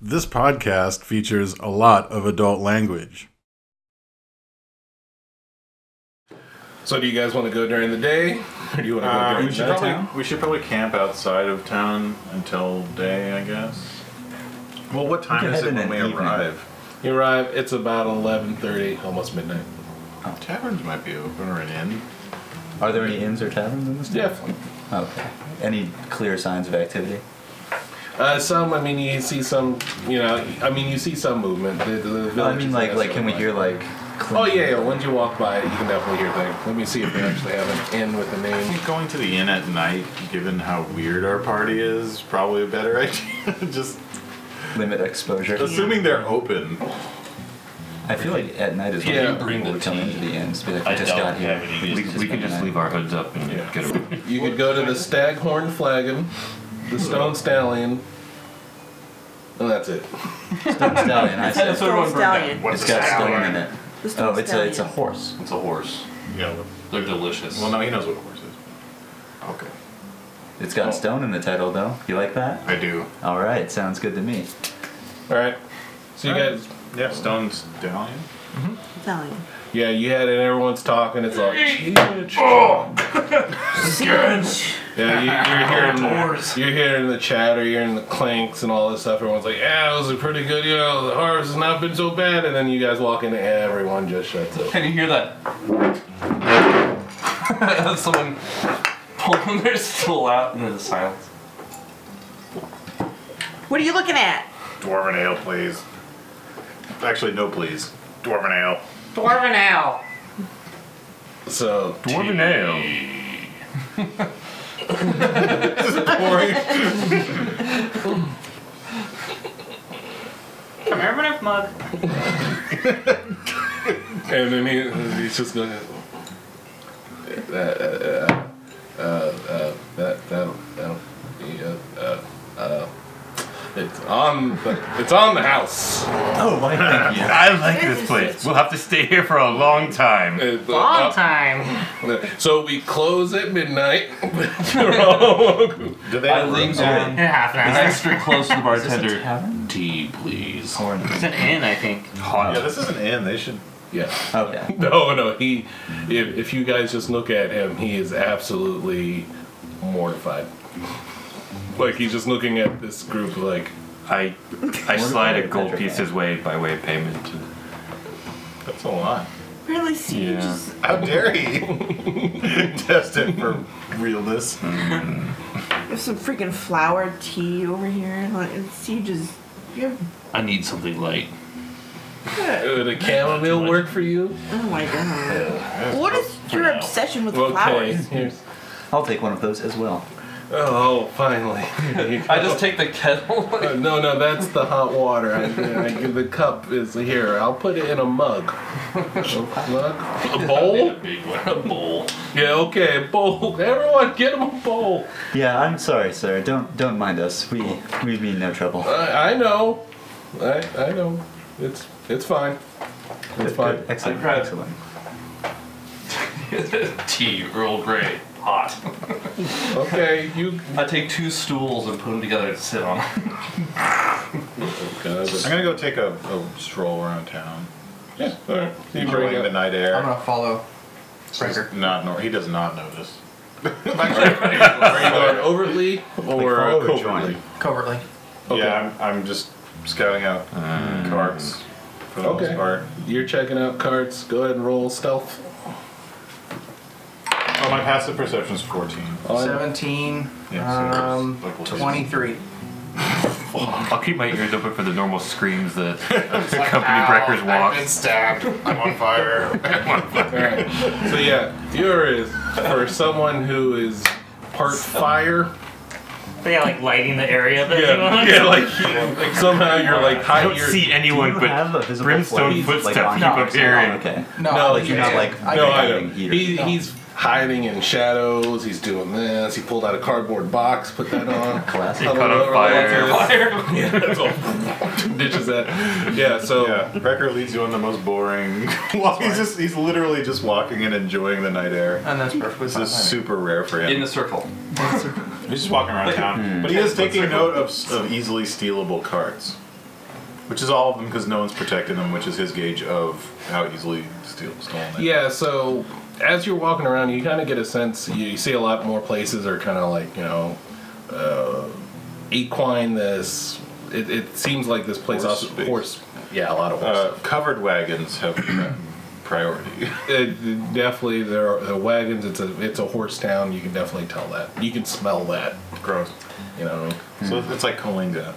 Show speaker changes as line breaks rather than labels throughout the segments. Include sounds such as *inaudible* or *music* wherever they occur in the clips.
This podcast features a lot of adult language.
So do you guys want to go during the day, or do you want to go
Uh,
during
we should
the
probably
nighttime?
we should probably camp outside of town until day, I guess. Well, what time
can
is
head
it
in
when
an
we
evening.
arrive?
You arrive. It's about eleven thirty, almost midnight.
Taverns might be open or an inn.
Are there any inns or taverns in this town?
Definitely.
Okay. Any clear signs of activity?
Uh, some, I mean, you see some, you know, I mean, you see some movement. The, the, the
No, I
village
mean,
is
like, like,
nice
can we
and
hear like?
Oh
clinking?
yeah, yeah. Once you walk by, it, you can definitely hear things. Let me see if they actually have an inn with a
I
name.
think going to the inn at night, given how weird our party is, probably a better *laughs* idea. Just
Limit exposure.
assuming they're open.
I feel like at night is when
Yeah.
people
Bring the
would come
tea.
into the inns. Be like, we
I
just
don't
got here.
have any. We,
just
we can
got
just
*laughs* here.
leave our hoods up and get *laughs* around.
You could go to the Staghorn Flagon, the Stone Stallion, and that's it.
Stone Stallion. I said.
Stone stallion.
What's
It's
a
got
stallion?
stone in it.
The stone
Oh, it's a
stallion.
it's a horse.
It's a horse. Yeah. what-
They're delicious.
Well, no, he knows what a horse is. Okay.
It's got stone in the title though. You like that?
I do.
All right, sounds good to me.
All right. So you guys,
Yeah. Stone stallion.
Stallion.
yeah, you had it. Everyone's talking. It's like, Oh. Yeah, *laughs* you, you're hearing you're hearing the chatter, you're hearing the clanks and all this stuff. Everyone's like, "Yeah, it was a pretty good. You know, the harvest has not been so bad." And then you guys walk in, and everyone just shuts
*laughs*
up.
Can you hear that? *laughs* That's someone pulling their still out into the silence.
What are you looking at?
Dwarven ale, please. Actually, no, please. Dwarven ale.
Dwarven ale.
So
Dwarven ale.
Come here, Rev Mug.
and then he, he's just going. That uh, uh, uh, that that that'll be uh, uh, uh, it's on the, it's on the house.
Oh, why? Thank *laughs* you.
I like
this place.
We'll have to stay here for a long time.
Uh, the-
Long
*laughs*
time.
So we close at midnight. *laughs* You're all-
Do they
I
have
lean
rooms?
down
In half an hour.
extra close to the
Is this a
bartender.
tavern?
Tea, please.
Or an
It's an inn, I think.
Yeah,
Hot.
this is an inn. They should.
yeah.
Okay.
No, no, he. If, if you guys just look at him, he is absolutely mortified. Like he's just looking at this group, like
I I slide a gold
Petrified.
piece his way by way of payment. To,
That's a lot.
Really? See,
Yeah.
you just
How dare he *laughs* test it for realness?
there's some freaking flower tea over here. Like, and see, you just you have.
I need something light.
would a "Uh, chamomile work for you?
Oh my god. What is your obsession with
Okay.
flowers?
here's-
I'll take one of those as well.
Oh, *laughs* finally.
I just take the kettle.
Uh, no, no, that's the hot water. I, I, the cup is here. I'll put it in a *laughs* mug. A mug? A bowl?
big one, a bowl. *laughs*
Yeah, okay, a bowl. *laughs* Everyone, get him a bowl.
Yeah, I'm sorry, sir. Don't don't mind us. We we mean no trouble.
I, I know. I, I know. It's it's fine. It's
*laughs*
Good,
fine.
good. Excellent.
proud.
Excellent.
Tea, Earl Grey, hot.
Okay, you.
I take two stools and put them together to sit
*laughs*
on.
I'm gonna go take a, a stroll around town,
Yeah, all right. So you bring
enjoying the
up.
night air.
Oh, I'm gonna follow Breaker.
Not nor- he does not notice.
Are you going overtly or
follow the
covertly?
joint.
Covertly.
uh, Yeah, I'm, I'm just scouting out Mm. carts for the
Okay.
most part.
You're checking out cards. Go ahead and roll stealth.
Oh, my passive perception's 14.
On.
17,
Yeah, so
um,
it's like what we-
23.
I'll keep my ears open for the normal screams that accompany Brecker's walk.
stabbed. I'm on
*laughs*
fire.
All right. So yeah, you're is for someone who is part fire.
But yeah, like lighting the area that you want.
yeah. Like, he- like somehow you're like
I
hiding.
don't
You're,
see anyone
You have a
but
visible
brimstone
flame,
footsteps
like, on
keep
your-
appearing.
Okay.
No,
No,
like, you're not,
yeah,
like,
no,
I can-
Oh, I
hiding
don't.
here.
He,
No.
He's hiding in shadows. He's doing this. He pulled out a cardboard box, put that
*laughs*
on.
Classic.
It caught on
Hello,
fire. *laughs*
relatives. Yeah, that's all. Ditches that. Yeah. So.
yeah, Brecker leads you on the most boring. *laughs* walk. he's just he's literally just walking and enjoying the night air.
And that's perfectly
This is
fine.
super rare for him.
In the circle.
Hmm.
He's just walking around town. But he is taking note of, of easily stealable carts. Which is all of them because no one's protecting them, which is his gauge of how easily steal, stolen they
Yeah, so as you're walking around, you kind of get a sense. You, you see a lot more places are kind of like you know, uh, equine. This it, it seems like this place
Horse
also
space.
horse. Yeah, a lot of horse.
Uh, Hmm. covered wagons have priority.
It, definitely, there are the wagons. It's a it's a horse town. You can definitely tell that. You can smell that.
Gross.
You know.
So it's like Kalinga.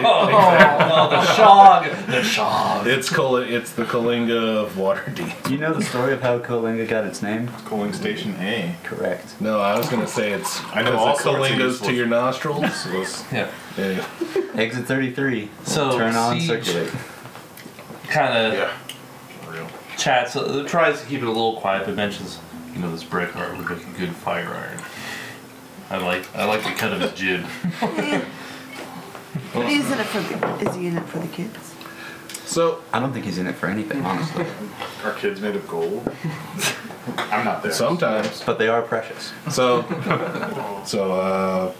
Oh, the shog. The shog.
It's Kal- It's the Kalinga of *laughs* Waterdeep.
Do you know the story of how Kalinga got its name?
Kaling Station eh? A.
Correct.
No, I was gonna say it's
I know
because
all
the
sorts of
Kalingas
useful-
to your
*laughs*
nostrils.
So it's-
Yeah.
yeah.
Exit 33.
So,
turn on
siege-
circulate.
Kind of
yeah. Real.
chats. Uh, tries to keep it a little quiet, but mentions, you know, this brick art would make a good fire iron. I like. I like the cut of his jib.
But he's in it for the, is he in it for the kids?
So
I don't think he's in it for anything, honestly.
Are kids made of gold? *laughs* I'm not there.
sometimes
*laughs* but they are precious.
So, so uh,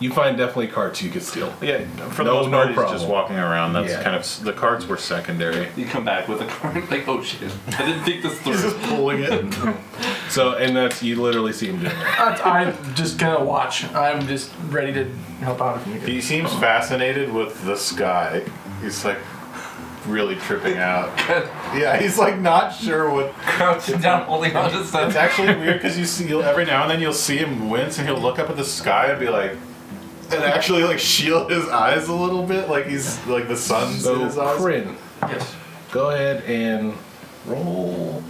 you find definitely carts you could steal.
Yeah, for the
No-
most
no
part, he's
problem.
just walking around. That's
Yeah.
kind of s- the cards were secondary.
*laughs* You come back with a card *laughs* like, oh shit, I didn't think this through.
Pulling it.
So, and that's you literally see him doing that.
I, I'm just gonna watch. I'm just ready to help out if needed.
He seems fascinated with the sky. He's like really tripping out. yeah, he's like not sure what.
Crouching down, holding on *laughs* to
It's
something.
actually weird because you see you'll, every now and then you'll see him wince and he'll look up at the sky and be like, and actually like shield his eyes a little bit, like he's like the sun's in
So,
his eyes.
Kryn,
Yes.
go ahead and roll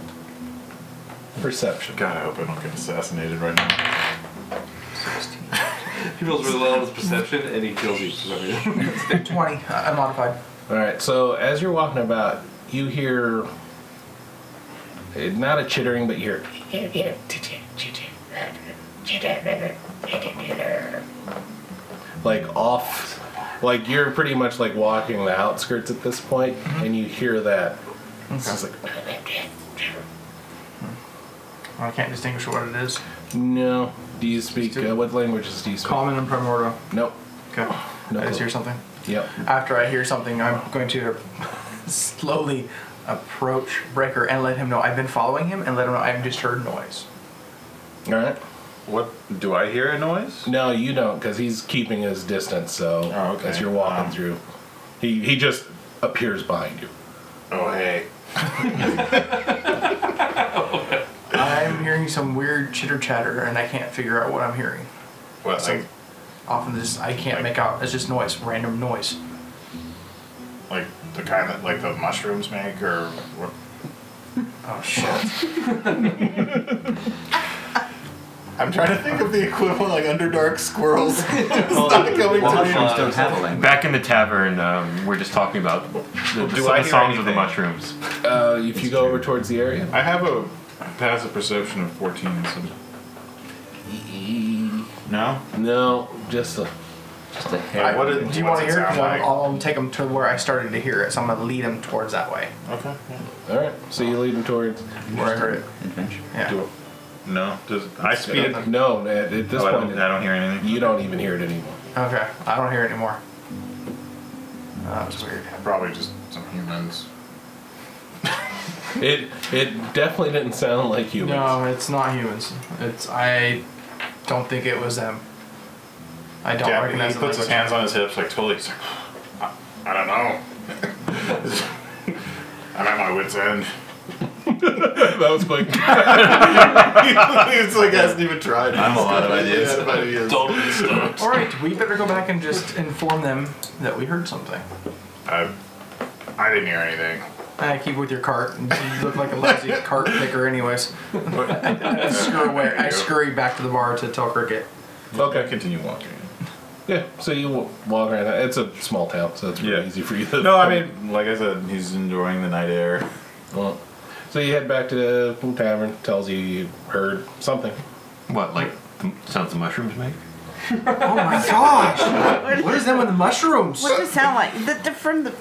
perception.
God, I hope I don't get assassinated right now.
He feels really well on his perception, and he kills you. Sorry.
20.
uh,
I- I'm modified.
All right. So, as you're walking about, you hear eh, not a chittering, but you hear. Like off, like you're pretty much like walking the outskirts at this point, and you hear that. It's just like,
I can't distinguish what it is.
No. Do you speak uh, what languages do you speak?
Common and primordial.
Nope.
Okay.
No
I just
clue.
hear something.
Yep.
After I hear something, I'm going to *laughs* slowly approach Breaker and let him know I've been following him and let him know I've just heard noise.
All right.
What do I hear a noise?
No, you don't, because he's keeping his distance. So
Oh, okay.
as you're walking
Um,
through, he he just appears behind you.
Oh hey.
I'm hearing some weird chitter chatter and I can't figure out what I'm hearing.
Well, like,
Often this I can't make out. It's just noise, random noise.
like the kind that like the mushrooms make, or what?
Oh shit.
I'm trying to think of the equivalent, like underdark squirrels. It's not coming
Well,
to me.
mushrooms don't have a language.
Back in the tavern, um, we're just talking about the, the,
Do
so-
I
the
hear
songs of the
anything?
mushrooms.
Uh, if you go over towards the area,
I have a passive perception of 14. So. No?
no, just a,
Just a hair.
I, what it,
Do you
what's
want to
it
hear? it? 'Cause
sound
I'm-
like?
I'll take him to where I started to hear it, so I'm gonna lead him towards that way
Okay.
all right. So you lead him towards.
where I heard it.
Adventure.
Yeah.
No. Does I speed it?
No, at, at this
Oh, I,
point,
don't, I don't hear anything.
you don't even hear it anymore.
Okay. I don't hear it anymore. Oh, That was weird.
Probably just some humans.
It it definitely didn't sound like humans.
No, it's not humans. It's I don't think it was them. I don't
Yeah,
recognize
he
the
puts his
language.
hands on his hips, like totally. He's like, I, I don't know. *laughs* I'm at my wit's *laughs* end.
*laughs* that was quick.
He's like hasn't even tried.
I'm a lot of ideas.
*laughs* Yeah, but he is.
Totally stumped.
All right, we better go back and just inform them that we heard something.
I, I didn't hear anything.
I keep with your cart. You look like a *laughs* lazy cart picker, anyways. *laughs* I scurry away. *laughs* I scurry back to the bar to tell Cricket.
Okay, continue walking.
yeah. So you wa- walk around. It's a small town, so it's really
Yeah.
easy for you. To
*laughs* No, I mean, like I said, he's enjoying the night air.
Well, so you head back to the tavern. Tells you you heard something.
What, like the sounds the mushrooms make?
Oh my gosh! What is that with the mushrooms?
What does it sound like? The, the, from the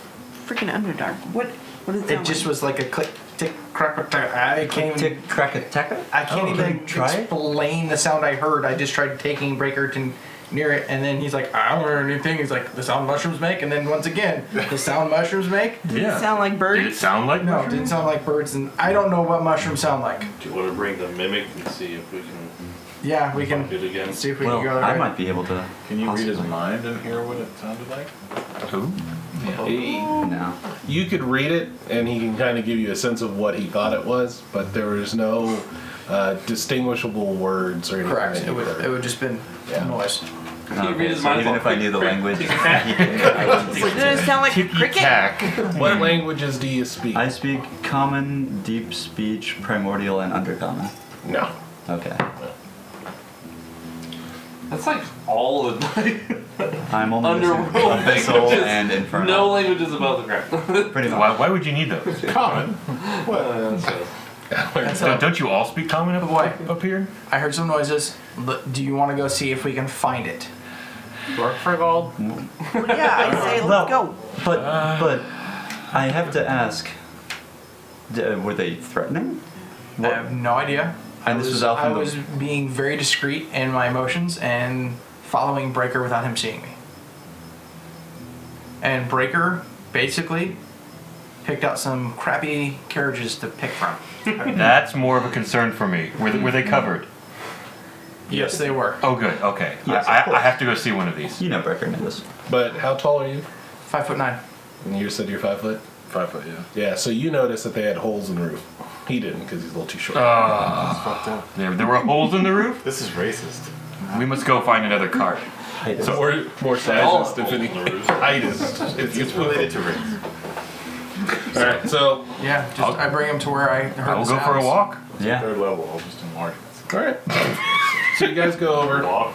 freaking Underdark. What what does it sound
It just
like?
was like a click, tick, crack, crack. I can't even.
Tick, crack, attack.
I can't
Oh,
even
try it?
explain the sound I heard. I just tried taking Breakerton near it, and then he's like, I don't hear anything. He's like, the sound mushrooms make, and then once again, the sound mushrooms make.
Did it sound like
Did it
birds?
sound like
No, it didn't sound like birds, and I don't know what mushrooms sound like.
Do you want to bring the mimic and see if we can
Yeah, we can
do it again?
see if we
Well,
can go
I
there.
might be able to.
Can you read his
possibly-
mind and hear what it sounded like?
Ooh.
He-
No.
you could read it, and he can kind of give you a sense of what he thought it was, but there was no uh, distinguishable words or anything.
Correct.
that
It
you
would
heard.
it would just been
Yeah.
noise.
Okay,
read his
so
mind
even
off
if I knew the language, I wouldn't think
Did it sound like a cricket? *laughs*
What languages do you speak?
I speak common, deep speech, primordial, and undercommon.
no.
Okay.
That's like all of *laughs*
I'm only
Underworld
missing abyssal
languages.
and infernal.
no languages above the ground.
Pretty much.
Why, why would you need those?
Common.
That's
Don't,
how,
don't you all speak common up,
Why?
up here?
I heard some noises. L- Do you want to go see if we can find it?
Work for gold?
Yeah, I say
Well-
let's go.
But but I have to ask. d- uh, were they threatening?
I have no idea.
And this was out
I
from the-
was being very discreet in my emotions and following Breaker without him seeing me. And Breaker basically picked out some crappy carriages to pick from.
That's more of a concern for me. Were they, were they covered?
Yes, they were.
Oh, good. Okay.
Yes,
I,
of
I, I
course.
have to go see one of these.
You know Brecker knew this.
But how tall are you?
Five foot nine.
And you said you're five foot.
Five foot, yeah.
Yeah. So you noticed that they had holes in the roof. He didn't because he's a little too short.
There, there were holes in the roof.
This is racist.
We must go find another cart.
So,
or more sizes, if any. *laughs* Heightist.
It's, it's related to race.
All right. So
Yeah, just
I'll-
i bring him to where I heard
I will
the
go for a
sounds.
walk.
yeah.
Third level, I'll just enlarge it.
all right. so you guys go over.
Walk.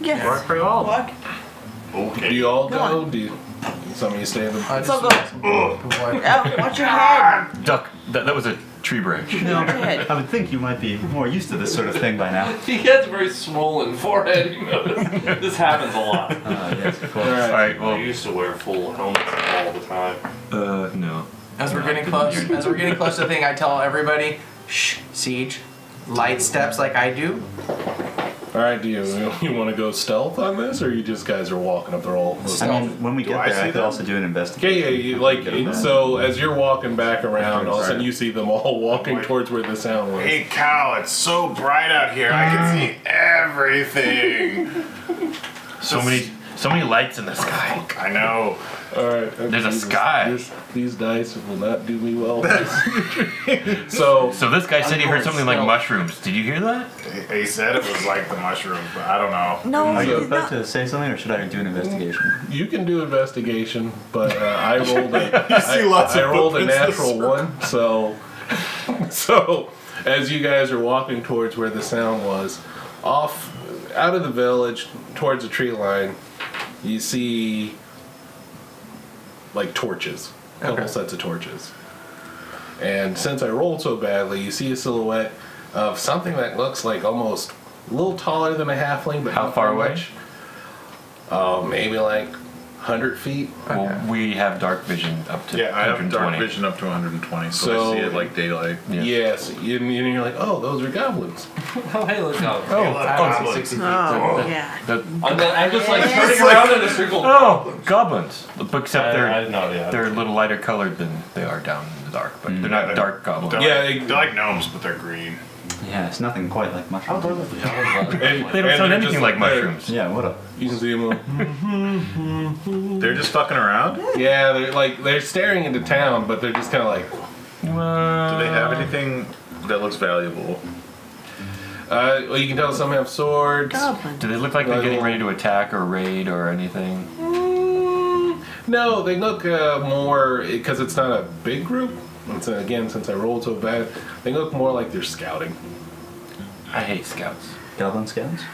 Yes.
Work for gold.
Look,
Do you all go? Do you, some of you stay in the?
I
Let's all
just-
go.
Boy.
*laughs* Out, watch your head.
Duck. That, that was a tree branch.
No, *laughs*
Dead.
I would think you might be more used to this sort of thing by now.
*laughs* he has a very swollen forehead. You *laughs* notice this happens a lot.
*laughs* Uh, yes, of course.
All
All
right.
right.
I
Well.
used to wear full helmets all the time.
Uh. No.
As we're getting close, as we're getting close to the thing, I tell everybody, shh, siege, light steps like I do.
All right. Do you *laughs* you want to go stealth on this, or you just guys are walking up the roll?
I mean, when we get
I
there, I
see
could
them?
also do an investigation.
Okay, yeah, you, like
Get them.
so. As you're walking back around, all of a sudden you see them all *laughs* walking
Wait.
towards where the sound was.
Hey, cow, it's so bright out here. I can see everything.
So many. So many lights in the sky.
I know.
All right,
There's a sky.
these dice will not do me
*laughs*
well. *laughs* so
So this guy said he heard something like
stealth.
mushrooms. Did you hear that?
He- He said it was like the mushroom, but I don't know.
No,
Are you
it's
about
not.
to say something, or should I do an investigation?
you can do investigation, but uh, I rolled a I
see lots
I
of
rolled a
movements in a
natural one. So so *laughs* as you guys are walking towards where the sound was, off out of the village towards the tree line, you see like torches, a couple sets of torches. And since I rolled so badly, you see a silhouette of something that looks like almost a little taller than a halfling, but
How
not
far
by
away?
much. Oh, maybe like hundred feet.
Well, we have dark vision up to
Yeah, I have
120.
dark vision up to 120, so,
So-
I see it like daylight.
Yeah.
Yes, and you're like, oh, those are goblins.
Oh, hey, look out.
Oh,
I
oh,
don't know, 60 feet.
Oh, yeah.
the-
I'm, I'm just like turning around in a circle.
oh, goblins. Except they're
I, I know, yeah.
they're a little lighter colored than they are down in the dark, but they're
Mm, Yeah,
not
they're
dark goblins.
Dark-
Yeah, it-
they're like gnomes, but they're green.
Yeah, it's nothing quite like mushrooms.
They don't
And
sound
they're just
anything like
like-
mushrooms.
*laughs* Yeah, what a.
You can see them. all-
They're just fucking around? Do
*laughs* yeah, they're like they're staring into town, but they're just kind of like,
they have anything that looks valuable?
uh, well, you can tell some have swords.
Goblin.
Do they look like they're getting ready to attack or raid or anything?
No, they look uh, more because it's not a big group. And so again, since I rolled so bad, they look more like they're scouting.
I hate scouts.
Goblin scouts?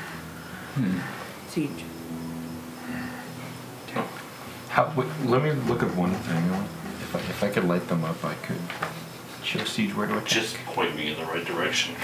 Siege.
How, wait, let me look at one thing. If I, if I could light them up, I could show Siege where to attack.
Just point me in the right direction.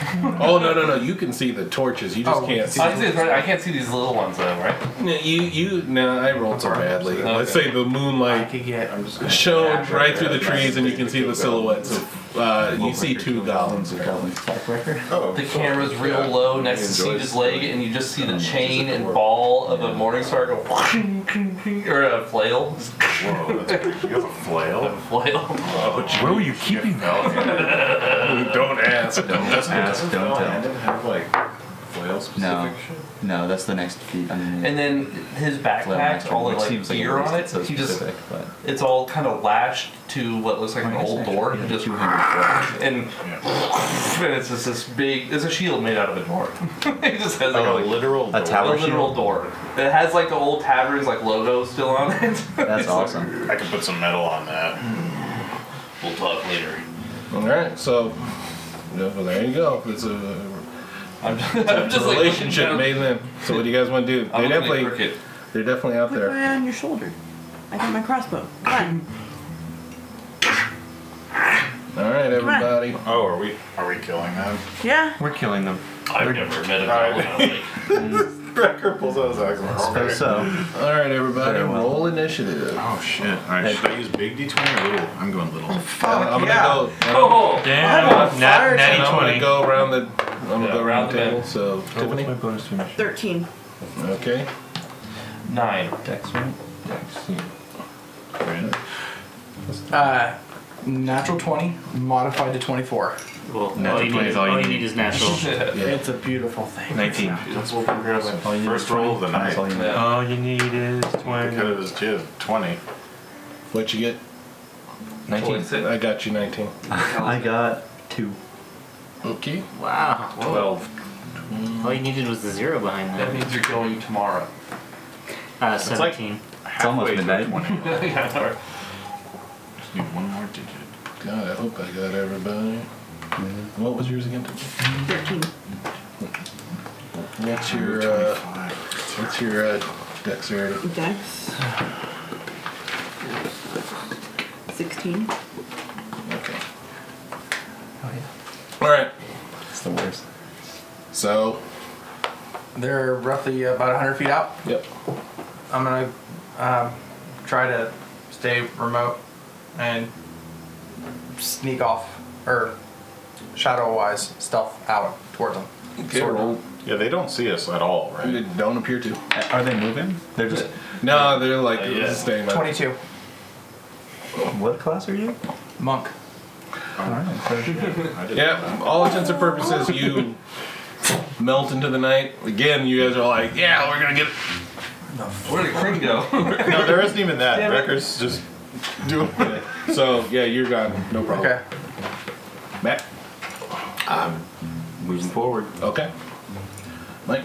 oh no, no, no! You can see the torches. You just
Oh,
can't
see
see.
I, see, I can't see these little ones though, right?
No, you, you. No, I rolled so badly.
Okay.
Let's say the
I
moonlight
could get.
shone right through the trees, and you can see the silhouettes of Uh, you see two goblins are coming.
Backbreaker.
Oh,
The
cool.
camera's real
Yeah.
low next to
Enjoy
Siege's leg, and you just see the chain and ball of a morning star go cling, cling, cling, *laughs* or a *laughs* flail. Just
Whoa, that's, you have a flail?
*laughs* flail.
Where were you keeping that?
Don't ask.
Don't ask, don't tell.
didn't have like flail specific
No. No, that's the next feat. underneath.
And then his
Well,
backpack,
actually,
all the
which
like
seems a
gear on
waste,
it,
so
he just
specific, but-
it's all kind of lashed to what looks like an
Minus
old
actually,
door.
yeah,
He just *laughs*
200.
and and *laughs* it's just this big. It's a shield made out of a door. *laughs* it just has like
Like a
a,
literal
A
door.
a
tower
literal
shield.
door. It has like the old taverns like logo still on it. *laughs*
That's awesome.
I could put some metal on that.
We'll talk later.
All right, so yeah, well, there you go. It's a,
I'm just, I'm
it's a
just like
relationship
looking down-
made them. So what do you guys want to do?
I'm
They
looking at
definitely,
Cricket.
they're definitely out
Put my
there.
eye on your shoulder. I got my crossbow. Come
All right, everybody.
Oh, are we are we killing *laughs* them?
on. Yeah.
*laughs* We're killing them.
I've never met a goblin I like.
Brecker pulls out his axe. and-
Suppose so.
All right, everybody.
Very well.
Roll initiative.
Oh shit! All right, should I use big D20 or little? I'm going little.
Fuck
I'm
yeah.
gonna go.
*laughs* Oh,
Damn, nat,
and
natty
I'm gonna
20.
go around the. I'm gonna go around
round
the
the
table.
bend.
So
Oh, what's
Tiffany.
my bonus to initiative?
Thirteen.
Okay.
nine.
Dex, right? Dex, yeah.
Uh, natural 20, modified to 24.
Well,
Natural
all you
20
need,
is all you
all you
need.
need is natural.
It's a beautiful thing.
19.
First roll of the night.
That's all you need.
Yeah.
All you need is 20.
Because it was just 20.
What you get?
19.
I got you 19.
I got two.
Okay.
Wow.
All you needed was the zero behind
That
that.
means you're going tomorrow.
Uh, 17.
It's almost
Halfway to
midnight.
20.
*laughs* yeah, sorry.
Just need one more digit.
God, I hope I got everybody.
Mm-hmm.
What was yours again? Tiffany?
Thirteen.
What's your uh, what's your uh, dexterity?
Dex. Sixteen.
Okay.
Oh,
All right.
It's the worst.
So.
They're roughly about 100 feet out.
Yep.
I'm gonna um, try to stay remote and sneak off or shadow wise stealth out towards them.
Okay.
Sort of.
roll.
Yeah, they don't see us at all,
They
right?
don't appear to.
Are they moving? They're just.
No, they're like
Uh, yeah.
staying back.
22
What class are you?
monk.
Alright, so-
I didn't-
Yeah, all intents and purposes, you melt into the night. Again, you guys are like, yeah, we're gonna get.
Where did Kring go?
No, there isn't even that.
Damn it.
Brecker's just doing it.
So yeah, you're gone. No problem.
Okay.
Matt.
Moving forward.
Okay. Mike.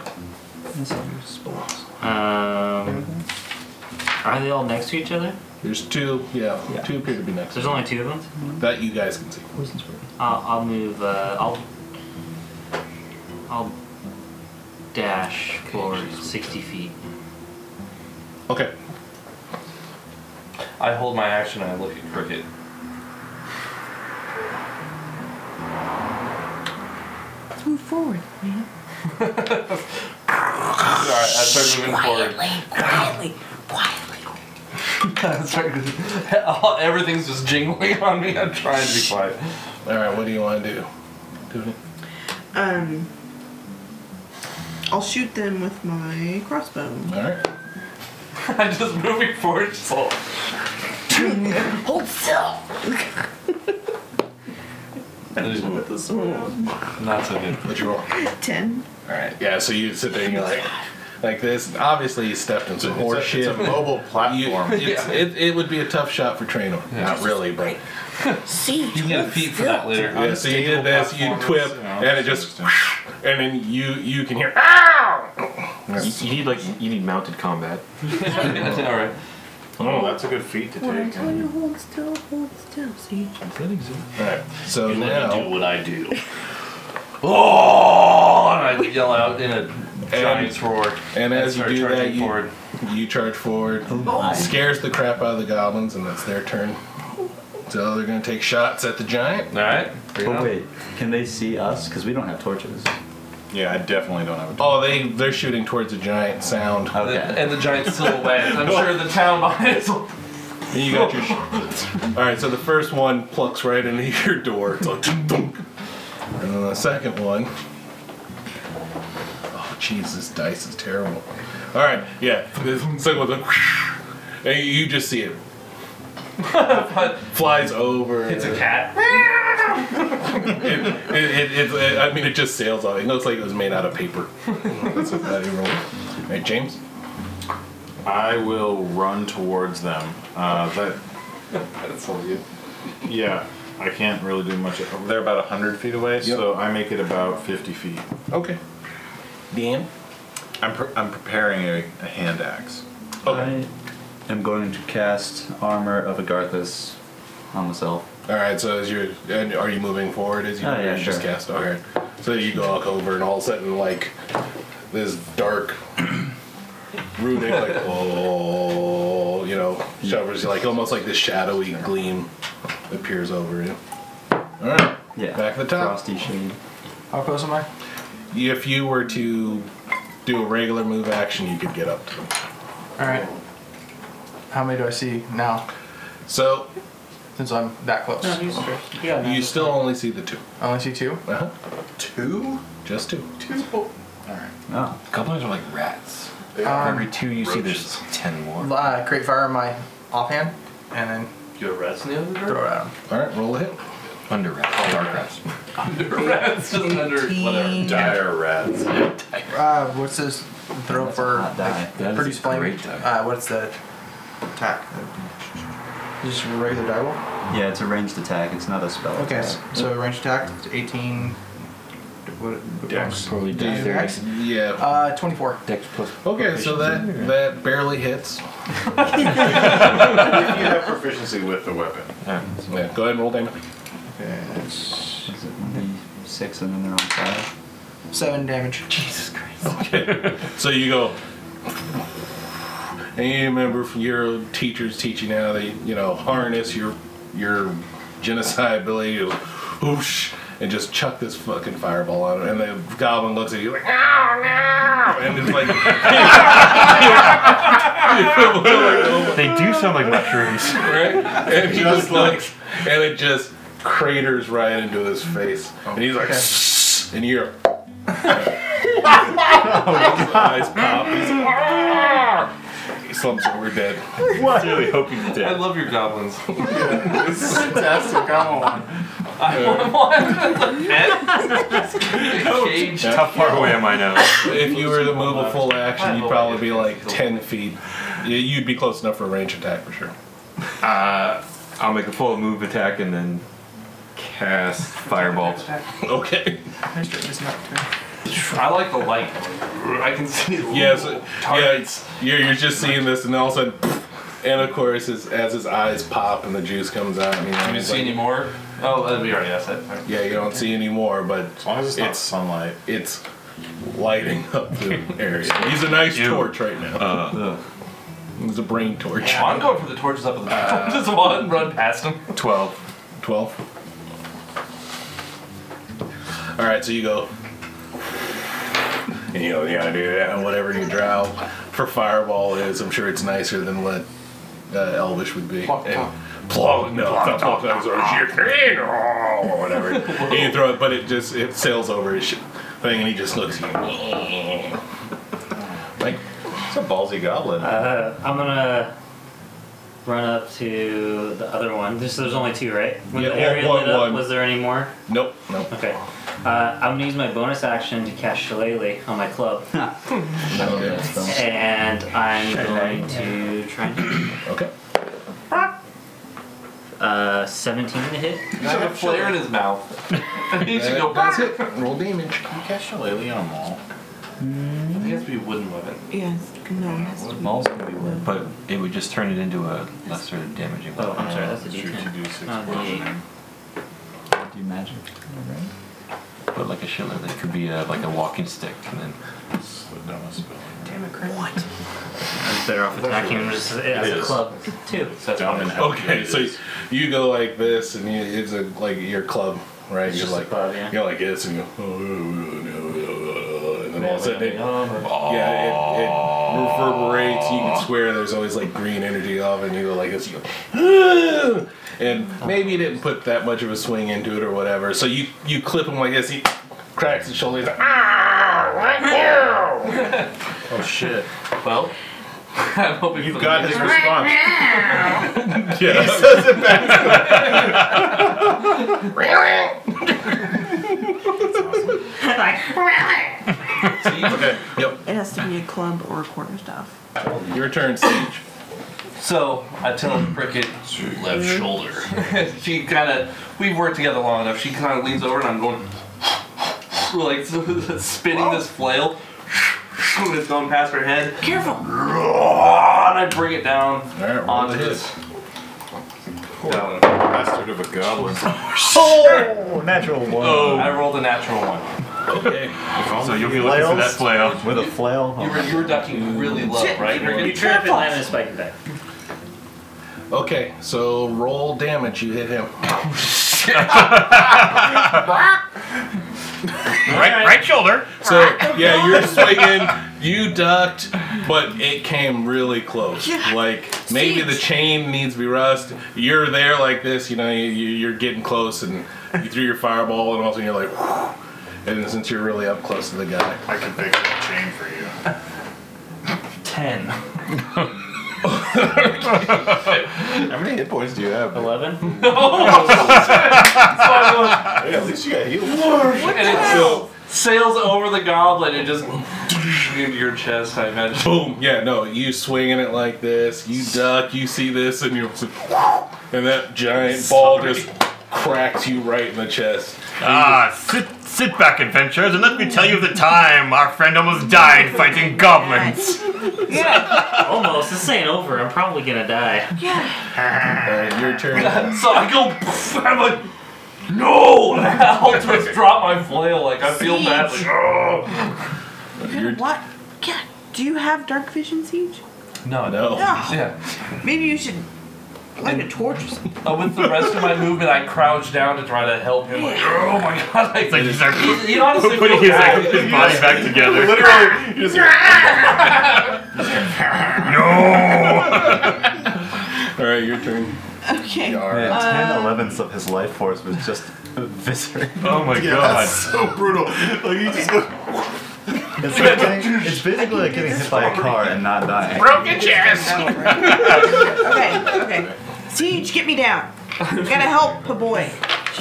This all your spells.
Um, are they all next to each other?
There's two. Yeah,
Yeah.
two appear to be next.
There's only two of them.
that you guys can see.
Poison's worth.
I'll, I'll move. Uh, I'll I'll dash forward 60 feet.
Okay.
I hold my action and I look at Cricket.
Move forward, man.
Alright, I start moving forward.
quietly, quietly.
*laughs* I start *laughs* all- Everything's just jingling *laughs* on me. I'm trying to be quiet. *laughs*
All right. What do you want to do? Tiffany?
Um, I'll shoot them with my crossbow.
All right.
I'm just moving forward. Just all,
Hold still.
not so good.
What's your roll?
Ten.
All right. Yeah. So you sit there and you're like, like this. and Obviously, you stepped in some
It's a-
horse
it's
shit.
a mobile
You- *laughs*
platform.
it's- it, it would be a tough shot for Trainor. Not really, but
See.
You can get a feat for that later.
*laughs* yeah. So you did this. You twip, and it just, *laughs* and then you you can hear.
You, you need like you need mounted combat.
*laughs* Alright.
Oh, that's a good feat to
When I tell
take.
you hold still, hold still. See.
All right. So
You let me do
now,
what I do.
Oh! *laughs* And I yell out in a giant roar.
and as you
Start
do that,
charging
you
forward.
you charge forward,
Oh,
scares the crap out of the goblins, and that's their turn. So they're gonna take shots at the giant.
Alright.
But wait, can they see us? Because we don't have torches.
Yeah, I definitely don't have a.
Oh, they they're shooting towards the giant sound.
The-
Okay.
*laughs* and the giant silhouette. I'm sure the town behind is.
And you got your. Sh- All right, so the first one plucks right into your door. It's like, dunk, dunk. and then the second one. Oh, jeez, this dice is terrible. All right, yeah, this second one's like, and you just see it. *laughs* flies over. It's a cat. it, it, it, it, I mean, it just sails off. It looks like it was made out of paper. *laughs* That's what that roll. All right, James.
I will run towards them. Uh, that. *laughs* That's all you. Yeah, I can't really do much. They're about hundred feet away, so I make it about fifty feet.
Okay. DM.
I'm pre- I'm preparing a, a hand axe.
Okay. I am going to cast Armor of Agarthus on myself.
All right, so as you're, and are you moving forward as you
Oh, yeah,
you just
sure.
cast? All right, so you go walk over, and all of a sudden, like this dark runic, like
*laughs*
oh, you know, showers, like almost like this shadowy gleam appears over you. All right,
yeah,
back to the top. Frosty
sheen.
How close am I?
If you were to do a regular move action, you could get up to them.
All right. How many do I see now?
So,
since I'm that close,
No, he's true. Yeah, no,
you still only see the two.
I only see two.
Uh huh. Two? Just two.
Two.
No.
Goblins are like rats.
They
For
are.
every two you see, there's ten more.
Uh, create fire on my offhand, and then
You have rats in the other
throw it at him.
All right, roll a hit.
Under
Oh,
rats. Dark rats.
Under *laughs* rats, just under whatever.
Dire rats.
Uh, what's this throw for like,
That is
produce
a
flame?
great die.
Uh, what's the attack? Just a regular die roll?
Yeah, it's a ranged attack. It's not a spell.
Okay,
attack.
so range attack, it's 18. What,
Dex.
Probably
Dex.
dex.
Yeah.
Uh, 24.
Dex plus.
Okay, so that that barely hits.
You have proficiency with the weapon.
Yeah.
Yeah, go ahead and roll damage.
Okay, that's
Is it 1d6 and then they're on fire?
7 damage. Jesus Christ.
So you go, and you remember from your teachers teaching how they, you know, harness your your genocide ability, you whoosh, and just chuck this fucking fireball on him. And the goblin looks at you like, oh no! And it's like,
They do sound like
*laughs*
mushrooms.
right? And he just looks, and it just craters right into his face. And he's like, and *laughs* you're. Oh his eyes pop. He's like, "Ah!" He slumps over dead.
What? Really hoping to I love your goblins.
This is fantastic. I
*laughs*
want one.
I want one. Cage.
How far away am I now?
If you were to move a full action, you'd probably be like 10 feet. Yeah, You'd be close enough for a range attack for sure.
Uh, I'll make a full move attack and then cast fireball.
Okay.
I like the light. I can see it.
*laughs* *laughs* Yeah, so, yeah, you're, you're just seeing this, and all of a sudden, and of course, his, as his eyes pop and the juice comes out, you know,
You didn't
he's
see
like-
any more? Oh, uh, we already asked that.
Yeah, you don't see any more, but
As long as it's not
It's-
sunlight.
it's lighting *laughs* up the area. He's a nice torch right now. He's a brain torch.
Yeah, I'm going for the torches up at the top. *laughs* Just one, run past him.
12.
12. All right, so you go. And you know, you gotta do that, and whatever your drow for fireball is, I'm sure it's nicer than what uh, Elvish would be.
Plonk,
And-
plonk.
Plonk, no, it's not plonk, I'm sorry, shit, green, oh, or whatever. and you throw it, but it just, it sails over his sh- thing, and he just looks at you. Like,
It's a ballsy goblin.
Uh, I'm gonna run up to the other one. Just there's only two, right? When
Yeah,
the
one-
area
one-
lit up,
one.
was there any more?
nope, nope.
Okay. Uh, I'm gonna use my bonus action to cast Shillelagh on my club,
Okay.
and I'm going to try and
okay.
uh, 17 to hit.
He's got a flare in his mouth. *laughs* he should go
That's
back.
it. Roll damage.
You cast Shillelagh on a mall.
I think it has to be a wooden weapon.
Yes. No. it has to be-
Malls can be one, *clears throat* but it would just turn it into a lesser damaging
Oh,
weapon.
I'm sorry, that's a Oh,
Shoot
D10.
to do six
Not a
poison.
D8.
Do you magic? Alright.
But like a Shillelagh, it could be a, like a walking stick, and then
It's the dumbest spell.
Damn it, Chris. What?
I'm better off attacking him just as a
is.
club too.
So that's
Dumb
fine.
and how good
Okay,
it
so
is.
you go like this, and you, it's a like your club, right? you're
just a
like
club, yeah.
you're like "Oh, this, and you go, and then all of a
Oh,
Yeah,
sudden, it,
yeah,
yeah, reverberates. You can swear there's always like green energy off, and you go like this. You go, and maybe you didn't put that much of a swing into it or whatever. So you you clip him like this. He cracks his shoulder. He's like, ah, right now.
oh shit.
Well, I'm hoping
You've got his response.
Yeah.
He says it
*laughs* okay. Yep.
It has to be a club or a quarter staff.
Your turn, Sage.
So I tell Cricket left
Mm-hmm.
shoulder. *laughs* she kind of we've worked together long enough. She kind of leans over and I'm going *laughs* like *laughs* spinning this flail. *laughs* and It's going past her head. ah,
Careful.
And I bring it down onto his.
Bastard of a goblin.
Oh, natural one. I rolled a natural one.
Okay.
So you'll be looking for that flail.
With a flail?
You were, you were ducking really low,
Shit,
right?
you-
Cricket?
you trip and land in a spiking bag.
Okay, so roll damage. You hit him.
Right, right shoulder.
So yeah, you're swinging. You ducked, but it came really close. Like maybe the chain needs to be rust. You're there like this. You know, you, you- you're getting close, and you threw your fireball, and all of a sudden you're like, and then since you're really up close to the guy,
I can fix that chain for you.
*laughs*
Ten.
How many hit points do you have?
Eleven.
Hey, at least you got healed.
and it so- sails over the goblin and just *laughs* into your chest. I imagine.
boom. Yeah, no, you swinging it like this. You duck. You see this, and you're and that giant ball just cracks you right in the chest.
Ah, sit, sit back, adventurers, and let me tell you of the time our friend almost died fighting goblins.
Almost. This ain't over. I'm probably gonna die.
Yeah. your turn.
*laughs*
so I go. *laughs* I'm like, no! *laughs* And I'll just drop my flail. Like I feel bad. Like, oh.
You know what? God, do you have dark vision, Siege?
No,
no.
Yeah.
Maybe you should light a torch or
*laughs*
something.
Uh, with the rest of my movement, I crouch down to try to help him. Like, oh my god! Like,
Like, *laughs* he's like,
he, he honestly
putting his,
feels bad.
*laughs*
like, his body back together.
Literally,
All right, your turn.
Okay.
Man,
Uh,
10 elevenths of his life force was just *laughs* eviscerated.
*laughs*
Oh my
Yeah,
god.
that's-
so brutal. Like, you just go.
It's, like getting, it's basically like getting hit by a car and not dying.
Broken chest!
okay, okay. Siege, get me down. You gotta help the boy.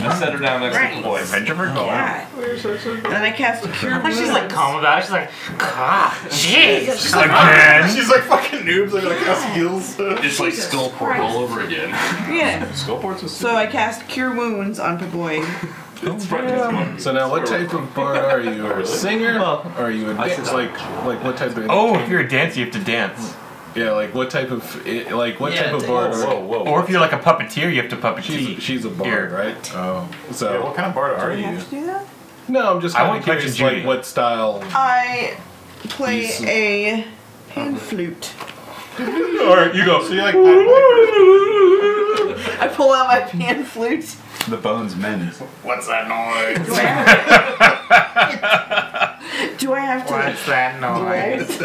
I set her down next to the boy.
Benjamin
God. And then I cast a cure.
But she's like
Wounds.
calm about it. She's like, God, jeez.
She's
like, man.
She's like fucking noobs. I gotta cast heals.
It's like Skullport all over again.
Yeah.
Skullport's a
So I cast Cure Wounds on Paboy.
So now, what type of bard are you? Are you a singer? are you a dance? Like, like what type of?
Oh, if you're a dancer, you have to dance.
Yeah, like what type of? eh, Like what
Yeah,
type of
dance.
bard?
Whoa,
whoa.
Or if you're like a puppeteer, you have to puppeteer.
She's, she's a bard, right? Oh, so
Yeah, what kind of bard
Do
are
I
you?
have to do that?
No, I'm just
I
kind
want
of
Touch of
curious,
Judy.
like what style?
I play a pan flute.
or you go. So you like
I pull out my pan flute.
The bones mend.
What's that noise?
Do I
*laughs*
have to? do I have to?
What's that noise?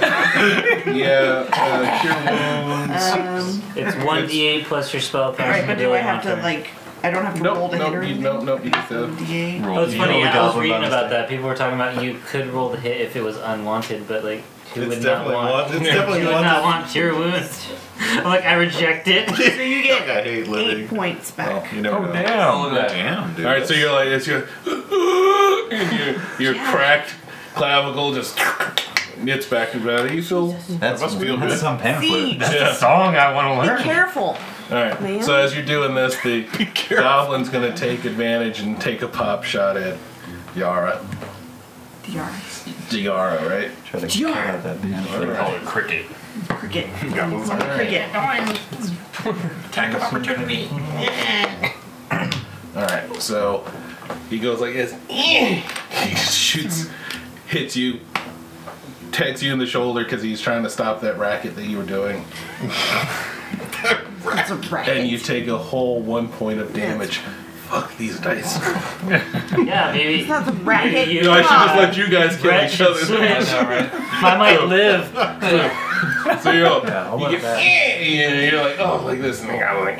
yeah, uh, cure wounds.
Um,
It's one d8 plus your spell.
all right, but do I have to like? I don't have to
nope,
roll to hit or
nope, you,
anything.
nope, nope. You just uh, *laughs*
D8.
Oh, it's
You
funny.
roll
I
the
was
goblin
reading
bonus.
about that. People were talking about you could roll the hit if it was unwanted, but like who would not want?
It's
Who
definitely
would
one.
not want cure wounds? *laughs* I'm like, I reject
*laughs*
it.
So you get
I hate
eight
living.
points back.
You
Oh,
never know.
All of
Damn.
that.
Damn, dude.
all right, so you're like it's your *laughs* and your your cracked clavicle just knits back and back. You feel
That's,
must feel
that's
good.
some pamphlet.
Siege.
That's
Yeah.
a song I want to
Be
learn.
careful.
All right.
Man.
So as you're doing this, the goblin's gonna take advantage and take a pop shot at Yara.
Diaris.
Diara, right?
Try to
Dior.
cut out that pamphlet.
Call it
*laughs*
cricket.
*laughs*
Cricket.
Goblins are
Cricket.
Attack of opportunity. All right. So he goes like this. *clears throat* He shoots, hits you, tags you in the shoulder because he's trying to stop that racket that you were doing,
That's a racket.
and you take a whole one point of damage. Fuck these *laughs* dice.
Yeah, maybe.
That's a racket.
You
You know, I should just
Come on.
let you guys kill each
Ratchet
other.
switch. I might live.
So you're all,
Yeah, I'll
you
let
get,
that-
"Eh," *laughs* you know, you're like, oh, like this, and the guy was like, *laughs*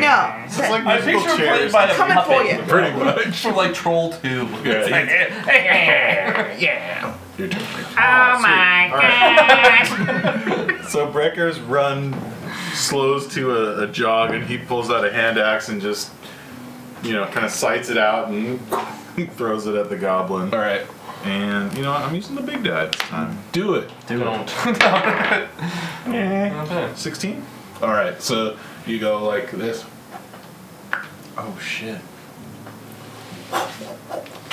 no. It's
like
I
musical
picture him
chairs.
played by the
Coming for
puppet
you. Pretty
much from like Troll Two.
Yeah.
yeah.
You're totally
Oh my
So Brecker's run slows to a, a jog, and he pulls out a hand axe and just, you know, kind of sights it out and *laughs* throws it at the goblin. All
right.
And you know, what? I'm using the big die this time.
Do it.
Do
god.
*laughs* 16?
All right, so you go like this. Oh shit.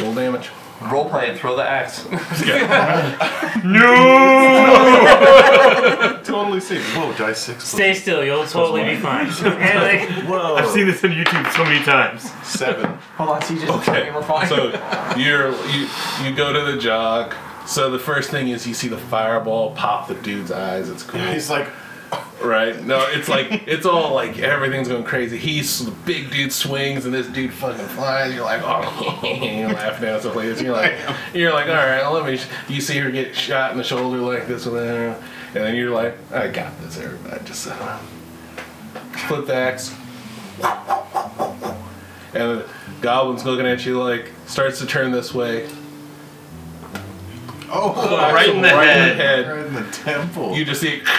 Roll damage.
Role play and throw the axe.
no. totally safe. Whoa, die six.
Stay still, you'll totally be
*laughs*
fine. Okay, like-
Whoa.
I've seen this on YouTube so many times.
Seven.
Hold on, TJ.
*laughs* Okay,
We're fine.
so you're you you go to the jog. So the first thing is you see the fireball pop the dude's eyes. It's cool.
He's like,
right? No, it's
*laughs*
like it's all like everything's going crazy. He's the big dude swings and this dude fucking flies. You're like, *laughs* oh, you're laughing at some place.
*laughs*
You're like, you're like, all right, let me. Sh-. You see her get shot in the shoulder like this with her, and then you're like, I got this. Everybody just uh, flip the axe. And the goblin's looking at you like starts to turn this way.
Oh,
Right in the head.
Right in the temple.
You just see it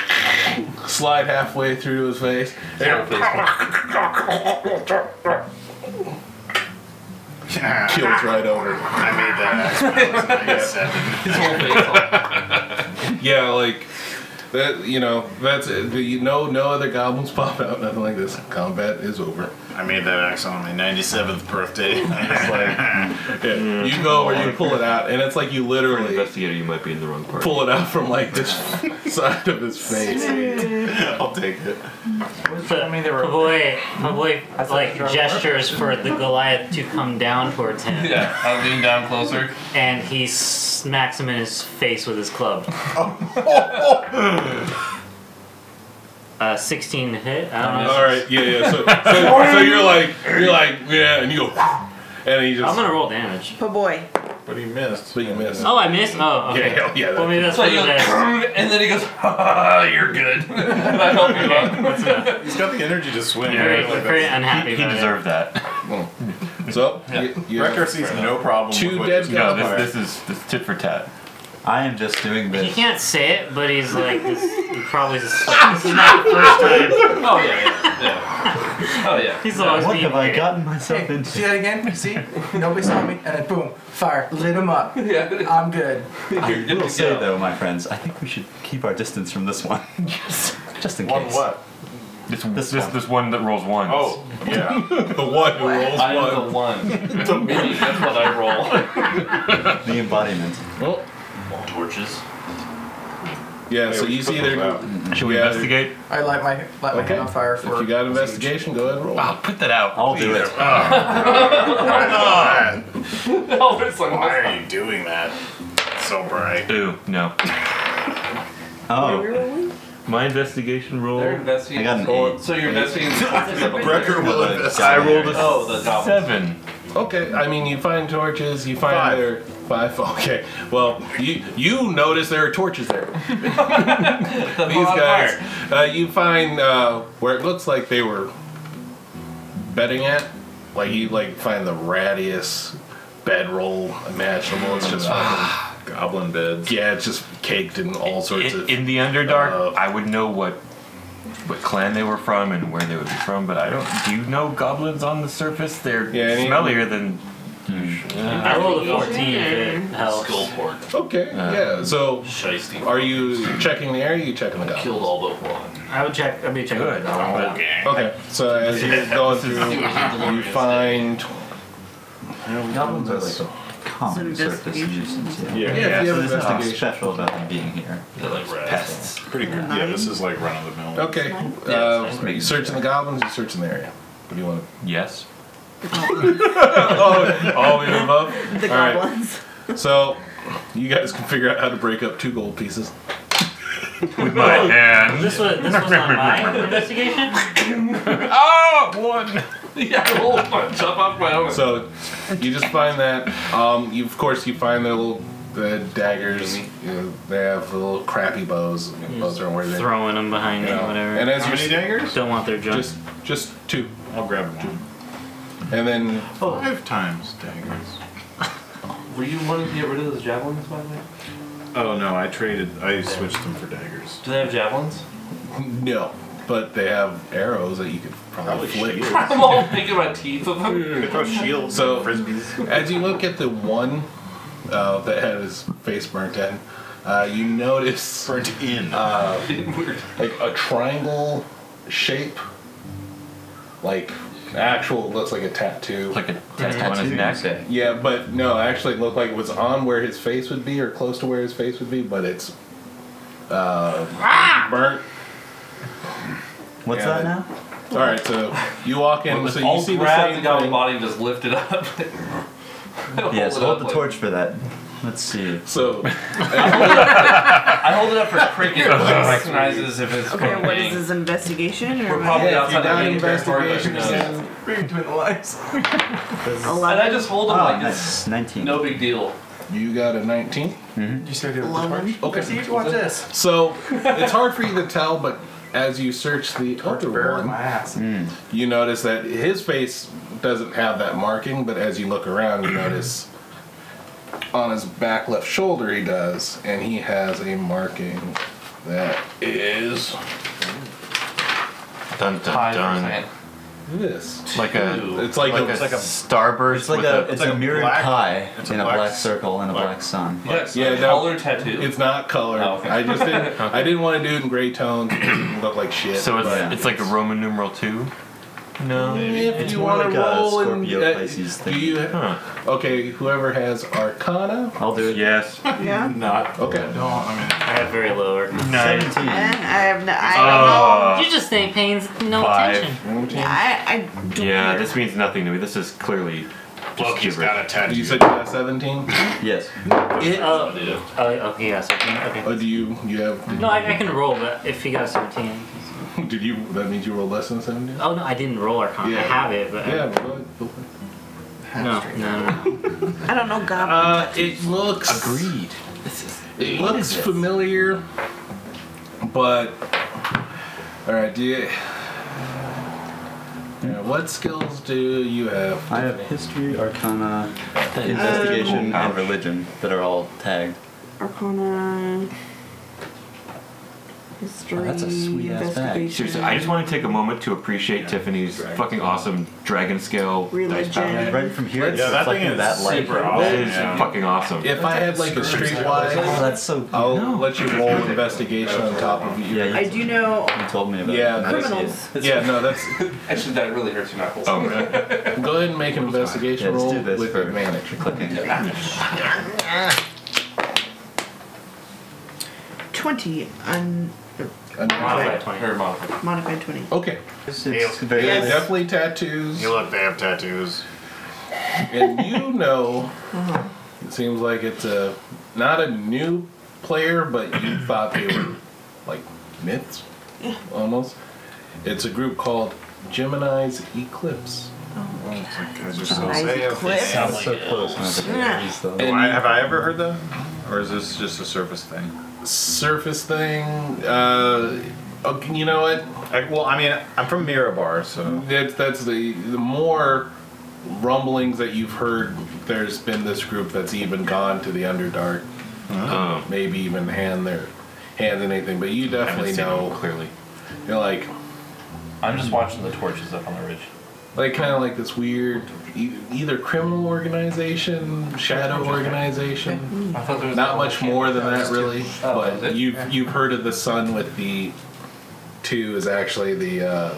slide halfway through his face.
Yeah.
Kills right over.
I made that axe when I was like seven.
His whole face.
Yeah, like that. You know, that's it. the no no other goblins *laughs* pop out. Nothing like this. Combat is over.
I made that axe on my 97th *laughs* birthday. I was like,
Mm.
Yeah, you go or you pull it out, and it's like you literally
investigator, you might be in the wrong part.
pull it out from like this *laughs* side of his
*laughs*
face.
I'll take it.
I mean, there were boy, boy, like gestures for the Goliath to come down towards him.
Yeah, I lean down closer.
And he smacks him in his face with his club. uh, 16 to hit. I don't know.
All right, yeah, yeah. So, so, so you're like you're like yeah, and you go, *laughs* and he just.
I'm gonna roll damage.
Oh boy.
But he missed.
But you missed.
Oh, I missed. Oh, okay.
Yeah, yeah.
Well, maybe that's
So
what
you
it
like,
is.
and then he goes, "Ah, "You're good." *laughs* and I help you up.
He's got the energy to swing.
Very- very unhappy
He
about it.
deserved that.
So,
Wrecker sees no problem.
Two
with what
dead
just
No,
happened.
this, this is this is tit for tat. I am just doing
He
this.
can't say it, but he's like, this, he probably just. This is not the first time.
Oh yeah, yeah, yeah. Oh yeah.
He's always
What
being
have I
weird.
gotten myself
Hey, see
into?
that again? See? Nobody saw me, and then boom, fire, lit
*laughs*
him up. I'm good.
I
to
will say
go.
though, my friends, I think we should keep our distance from this one. *laughs* Yes. Just in
One
case.
what?
This,
This this this one that rolls ones.
Oh, yeah.
*laughs* the one who rolls
I
one.
am
*laughs*
the one. Me, that's what I roll. *laughs*
the embodiment.
Well,
Torches.
yeah,
Hey,
so
we
you
put
see
those
there.
out.
Should we
Yeah,
investigate?
I light my light my hand on fire
If
for.
you got investigation, go ahead and roll.
Wow, put that out.
I'll do it.
No, it's like
Why are you doing that? It's so bright.
Ooh, no.
Oh,
My investigation roll.
I
They're investigating.
got an eight.
So
*laughs*
you're investigating.
Brecker will invest.
I rolled a
Oh, the goblins.
seven.
Okay, I mean, you find torches, you find
Five.
their five. *laughs* Okay, well, you you notice there are torches there.
The
These
on
guys,
fire.
uh, you find uh, where it looks like they were betting at. Like you like find the rattiest bedroll imaginable. It's just fucking,
Goblin beds.
yeah, it's just caked in all sorts
In,
of.
in the Underdark,
Uh,
I would know what what clan they were from and where they would be from, but I don't. Do you know goblins on the surface? They're
Yeah, I mean-
smellier than.
I rolled a 14 if it helps.
port.
okay, yeah. So,
Shiesty.
are you checling the area? Or you checking the goblin?
Killed all but one.
I would check. I'd be checking.
Good.
Okay, so as you're going through, you find.
goblins are like a common
Some
surface
investigation.
nuisance. Yeah.
Yeah,
Yeah.
if you
So
have
there's nothing
investigation.
special about them being here.
They're like rats.
Pests.
Pretty good. Yeah, this is like run of the mill.
Okay, uh, are you searching the goblins? You searching the area? What do you want? to
Yes.
Oh, all of the above.
The
All right.
goblins.
So, you guys can figure out how to break up two gold pieces.
With my hand.
This was this was on my investigation.
Oh, one.
*laughs* Yeah, I rolled a bunch up off my own.
So, you just find that. Um, you of course you find their little the daggers. You know, they have the little crappy bows. Bows are where they
throwing them behind you,
know,
whatever.
And as
How
you
many
s-
daggers? Don't want their junk.
Just, just two. I'll grab one. And then
five times daggers.
Were you wanting to get rid of those javelins, by the way?
Oh no, I traded. I switched them for daggers.
Do they have javelins?
No, but they have arrows that you could probably,
Probably
flick.
*laughs*
*laughs*
I'm all thinking about teeth of them.
*laughs*
So as you look at the one uh, that had his face burnt in, uh, you notice burnt in uh, like a triangle shape, like actual looks like a tattoo, like a
Mm-hmm.
tattoo on his neck?
Yeah, but no, actually it looked like it was on where his face would be or close to where his face would be, but it's uh, burnt.
What's
Yeah,
that now?
All right, so you walk in, so you
I'll
see the
grab
same
the guy's
thing.
body and just lift it up. *laughs*
Yes, hold the
like-
torch for that. Let's see.
So,
I hold it up for
*laughs*
cricket, but it recognizes if it's
Okay, what is
being-
this investigation? Or
We're
am I-
probably outside the main territory, but no.
Read between the lines. *laughs*
And I just hold him like this.
Oh, Nice. 19.
No big deal.
You got a 19?
You started with
the torch? Okay.
See, watch this.
So it's hard for you to tell, but as you search the other one, you notice that his face doesn't have that marking. But as you look around, you notice on his back left shoulder he does, and he has a marking that is
Dun dun dun.
this.
Like a,
It's like
like
a-
a,
it's like a-
starburst.
It's like
with
a, it's a, mirrored
black-
pie
it's
in a black, circle and a black, sun.
yeah, color tattoo. It's not color. I just didn't. I didn't want to do it in gray tones. It didn't look like shit.
So it's,
but-
it's like a Roman numeral two.
No, if
It's
you
more
want
like
to
a
roll in-
Scorpio
uh,
Pisces
do you? Okay, whoever has Arcana.
I'll do
*laughs*
it.
Yes.
Yeah.
Not.
Okay.
No, I mean,
I have very low arcana.
Eh, I have no. I
Oh.
don't know.
You just think pains no
Five.
attention.
I, I don't
Yeah, this means nothing to me. This is clearly. Loki's got a
You said you got seventeen.
Yes.
It.
Oh, oh, okay, yeah, 17. Okay.
Oh, do you? You have? did
No, I, I
you-
can roll, but if he got 17.
*laughs* Did you? That means you rolled less than seventeen.
Oh, no, I didn't roll Arcana. I have it, but.
yeah. but go ahead, go ahead.
no, no, no, no.
I don't know goblin.
Uh, it looks. Agreed. It looks familiar, but all right. Do you? all right, what skills do you have?
I have history, arcana, Um,
is-
investigation, and religion that are all tagged.
Arcana. History. investigation.
Seriously, I just want to take a moment to appreciate Tiffany's fucking awesome dragon scale dice
Religion.
pounder.
Right from here, it's
yeah, that
fucking
thing is
that light.
super awesome. That is fucking awesome.
If I had like a streetwise,
Oh, that's so.
I'll let you roll investigation on top of you.
Yeah,
I do know.
You told me about
Yeah,
it.
that's-
Criminals.
Yeah, no, that's.
Actually, that really hurts your knuckles.
Oh, really?
Go ahead and make an investigation
Yeah, let's
roll
do this
with
for-
advantage.
Clicking.
Twenty un-
Modified
Or modified.
modified twenty.
Okay.
It's very
Yeah,
nice.
definitely tattoos.
You look, they have tattoos.
and you know, it seems like it's a not a new player, but you thought they were like myths, almost. It's a group called Gemini's Eclipse.
Sounds so close. not that
Yeah.
it is,
Oh,
though.
And
Why,
you-
have I ever heard that? Or is this just a surface thing?
Surface thing. Uh, okay, you know what?
I, well, I mean, I'm from Mirabar, so
That's that's the the more rumblings that you've heard. There's been this group that's even gone to the Underdark.
Oh.
Maybe even hand their hand in anything, but you
haven't
definitely
seen
know
them, clearly.
You're like,
I'm just watching the torches up on the ridge.
like kind of like this weird, e- either criminal organization, shadow organization.
I thought there was
Not much more than that, really.
Oh, is
But
it?
you've you've heard of the sun with the two is actually the uh,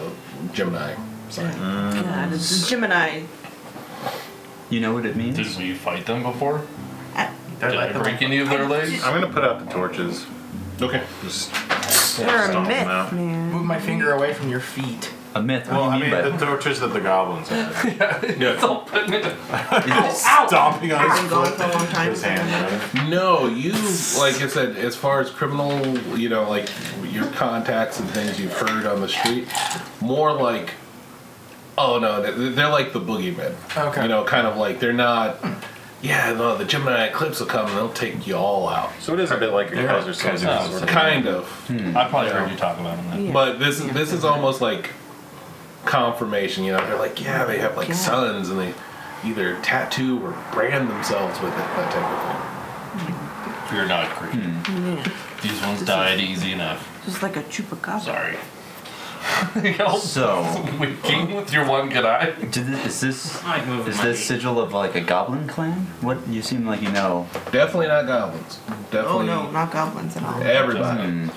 Gemini sign.
God, it's a Gemini.
You know what it means?
Did we fight them before?
I-
Did I break any of their legs?
I'm gonna put out the torches.
Okay.
Just
They're a
Stomp them
myth,
out.
man.
Move my finger away from your feet.
A myth. What
well,
do
I
you mean
mean
by
the torches that the goblins have.
*laughs* Don't put me
*laughs* Stomping on
I've
his foot.
been gone for a long
*laughs*
time.
His hand.
No, you like I said, as far as criminal, you know, like your contacts and things you've heard on the street, more like, oh no, they're, they're like the boogeyman.
Okay.
You know, kind of like they're not yeah, no, the Gemini eclipse will come and they'll take you all out.
So it is a bit like a
They're
Kaiser
like Kaiser
Soze
Soze.
sort of
Kind
thing.
of.
Hmm. I've probably heard you talk about them then. Yeah.
But this is this is almost like confirmation. You know, they're like, yeah, they have like
Yeah.
sons and they either tattoo or brand themselves with it, that type
of thing. You're not creepy.
Yeah.
These ones died easy enough.
Just like a
*laughs*
chupacabra.
Sorry.
*laughs* so
winking *laughs* with your one good eye.
Did this, is this
Might move
is
my
this sigil of like a goblin clan? What you seem like you know.
Definitely not goblins.
Oh no, not goblins at all.
Everybody.
Hmm.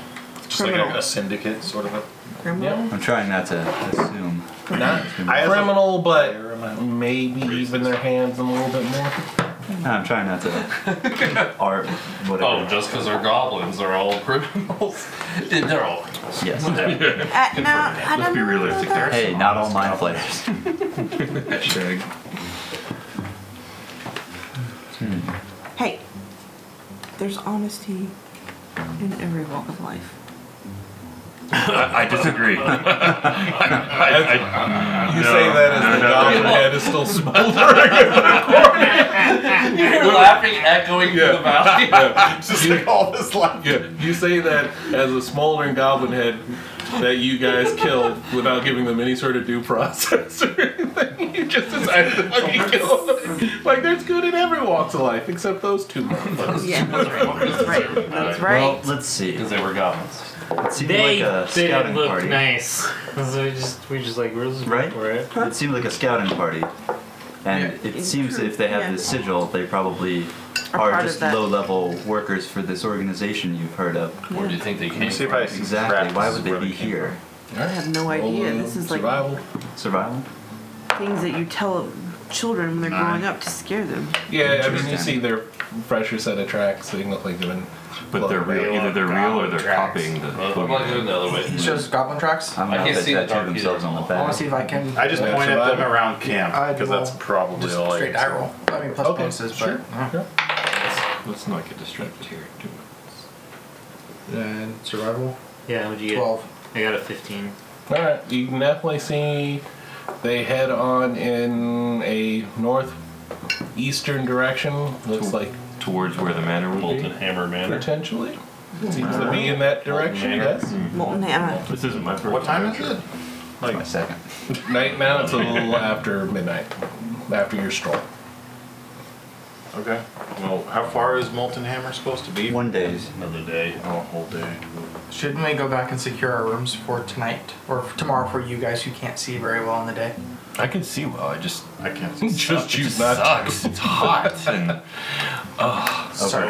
Just like
Criminal.
a, a syndicate sort of a.
Criminal?
I'm trying not to assume.
*laughs*
Not criminal, but maybe even their hands in a little bit more.
No, I'm trying not to art whatever.
Oh, just because they're goblins, they're all *laughs* criminals. they're all criminals.
Yes.
Uh, no, I don't know about that.
Hey, not all
*laughs*
mind flayers.
Hashtag.
Hey, there's honesty in every walk of life.
I
*laughs*
disagree. I, I-
You
no,
say that as
no,
the
no,
goblin
no.
head is
*laughs*
still smoldering in the corner.
*laughs* You're laughing, echoing through the valley.
Just like all this life. Yeah. You say that as a smoldering goblin head that you guys killed without giving them any sort of due process or anything. You just decided to fucking kill them. *laughs* Like there's good in every walks of life except those two motherfuckers.
Yeah, that's right.
Well,
That's right.
let's see. Because
*laughs* they were goblins.
It seemed
They
like a
didn't
scouting
look
party.
nice. So we just we just like we're just
Right?
for it.
It seemed like a scouting party. And it seems if they have
yeah.
this sigil, they probably
Are
are
part of
just
that.
low level workers for this organization you've heard of.
Where do you think they
Let me
came
see if
from?
I see Exactly. Why would they be here?
I have no idea. This is like
Survival?
things that you tell children when they're growing
Nine.
up to scare them.
Yeah, I mean you see their fresher set of tracks. They look like they've been. But
they're real. Either they're real or they're copying the.
I'm not doing the other way.
He shows goblin tracks.
I'm I not can't that see the tattoo dark themselves
on the
I want to see if I can.
I just point at them around camp
I'd
because that's
roll
probably
just
all I
straight
can
eye roll. I mean, plus bonuses,
sure.
but sure.
Let's not get distracted here. too much.
then survival.
Yeah, what'd you get?
Twelve.
I got a fifteen.
All right, you can definitely see they head on in a northeastern direction. Looks like
Towards where the manor would be.
Molten Hammer Manor.
potentially seems to be in that direction. Yes.
Molten hammer.
This isn't my first.
What time is it?
Like my second.
Night now. It's a little after midnight. After your stroll.
Okay. Well, how far is Molten Hammer supposed to be?
One day's
another day. Oh, a whole day.
Shouldn't we go back and secure our rooms for tonight or for tomorrow for you guys who can't see very well in the day?
I can see well. I just I can't.
*laughs*
Just
Suck.
choose
it just
not to.
sucks. It's hot *laughs* and oh,
So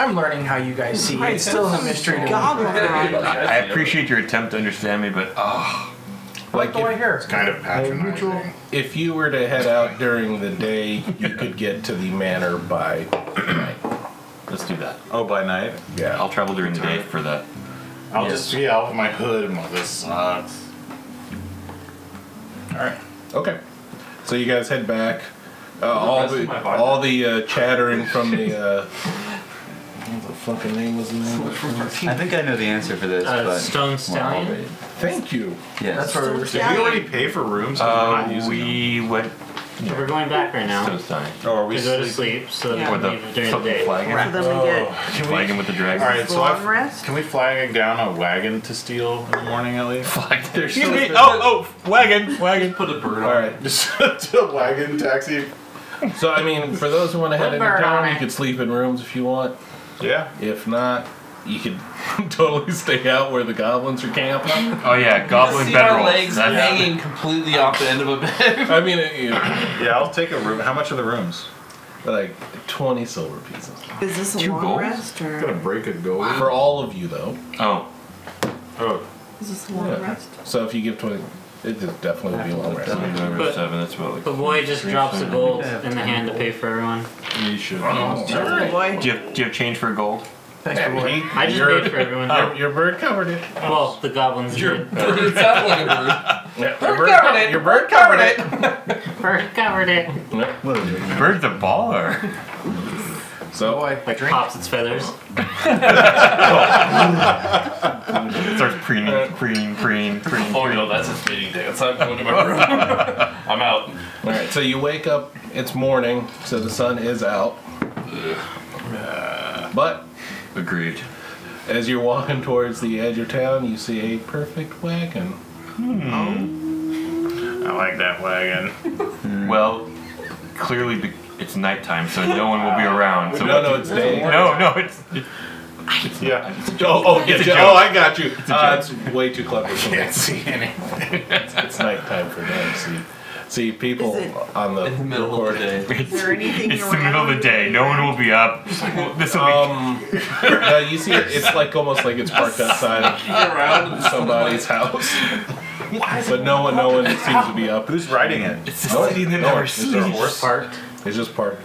I'm learning how you guys see. It's still a mystery to me.
I I appreciate your attempt to understand me, but oh,
Like
if-
it's
kind of patronizing.
If you were to head out during the day, you could get to the manor by night.
Let's do that.
Oh, by night.
Yeah.
I'll travel during the day for that.
I'll just yeah, I'll have my hood and all this sucks.
All right. Okay. So you guys head back. Uh, all
rest of
the
my body.
all the uh, chattering from the. Uh, *laughs* what the fucking name was the name? of it?
I think I know the answer for this,
Uh,
but
Stone
well,
Stallion?
I'll wait.
Thank you.
Yes.
That's where we were Did we already pay for rooms?
Uh, we went.
So we're going back right now.
So sorry.
Oh, are we
to go to sleep so that
Or
we
the
leave during the
fucking
day.
flagon?
Right.
So then we get- Flagon with the dragon.
All right, so
Full
I've- can we flag down a wagon to steal in the morning at *laughs* least?
*laughs*
Flag
*laughs* Excuse
me. Oh, oh, wagon, wagon.
Put a bird
All right.
Just *laughs* a wagon taxi.
Oh! So I mean, for those who want to head
Put
into
bird on
town, you
it.
could sleep in rooms if you want.
Yeah.
If not, you could *laughs* totally stay out where the goblins are camping.
Oh yeah,
You see my legs hanging completely off the end of a bed.
I mean, it,
yeah, I'll take a room. How much are the rooms?
Like twenty silver pieces.
Is this a
Two
long
goals?
rest or
Gonna break a goal
For all of you though.
Oh.
Oh.
is this a long
Yeah.
rest?
So if you give twenty, it just definitely would be a long rest.
But-
seven. That's about like.
The boy just drops a gold in the hand to pay for everyone.
You should.
Oh,
do, you
alright.
have, do you have change for gold?
Thanks,
Yeah,
boy.
he- I just
You're-
paid for everyone.
Oh.
Your bird covered it.
Well, the goblins did.
It sounds like a bird.
Yeah,
Bird covered it.
Your bird covered it.
*laughs* Bird covered it.
Bird the baller.
So
I drink.
Pops its feathers.
Starts preening, preening, preening, preening.
Oh no, that's a fitting dance. I'm going to my room. I'm out.
All right, so you wake up It's morning, so the sun is out. But
Agreed.
as you're walking towards the edge of town, you see a perfect wagon.
I like that wagon. *laughs* well, clearly be- it's nighttime, so no one will be around. So
No, no, it's day.
No, no, it's.
Yeah.
It's a
Oh,
joke.
oh,
It's a
yeah,
joke.
oh, I got you.
It's a
Uh,
joke.
It's, way too clever. I can't see anything. *laughs* it's nighttime for them. See, see people on the, middle of the day.
Is there anything It's the middle of the day. No one will be up. This will
um, be. no, you see, it, it's like almost like it's parked outside
Around.
of somebody's house. But no one, no one seems to be up. Who's riding it? It's
the city that never
there a
sleeps.
horse parked? It's just parked.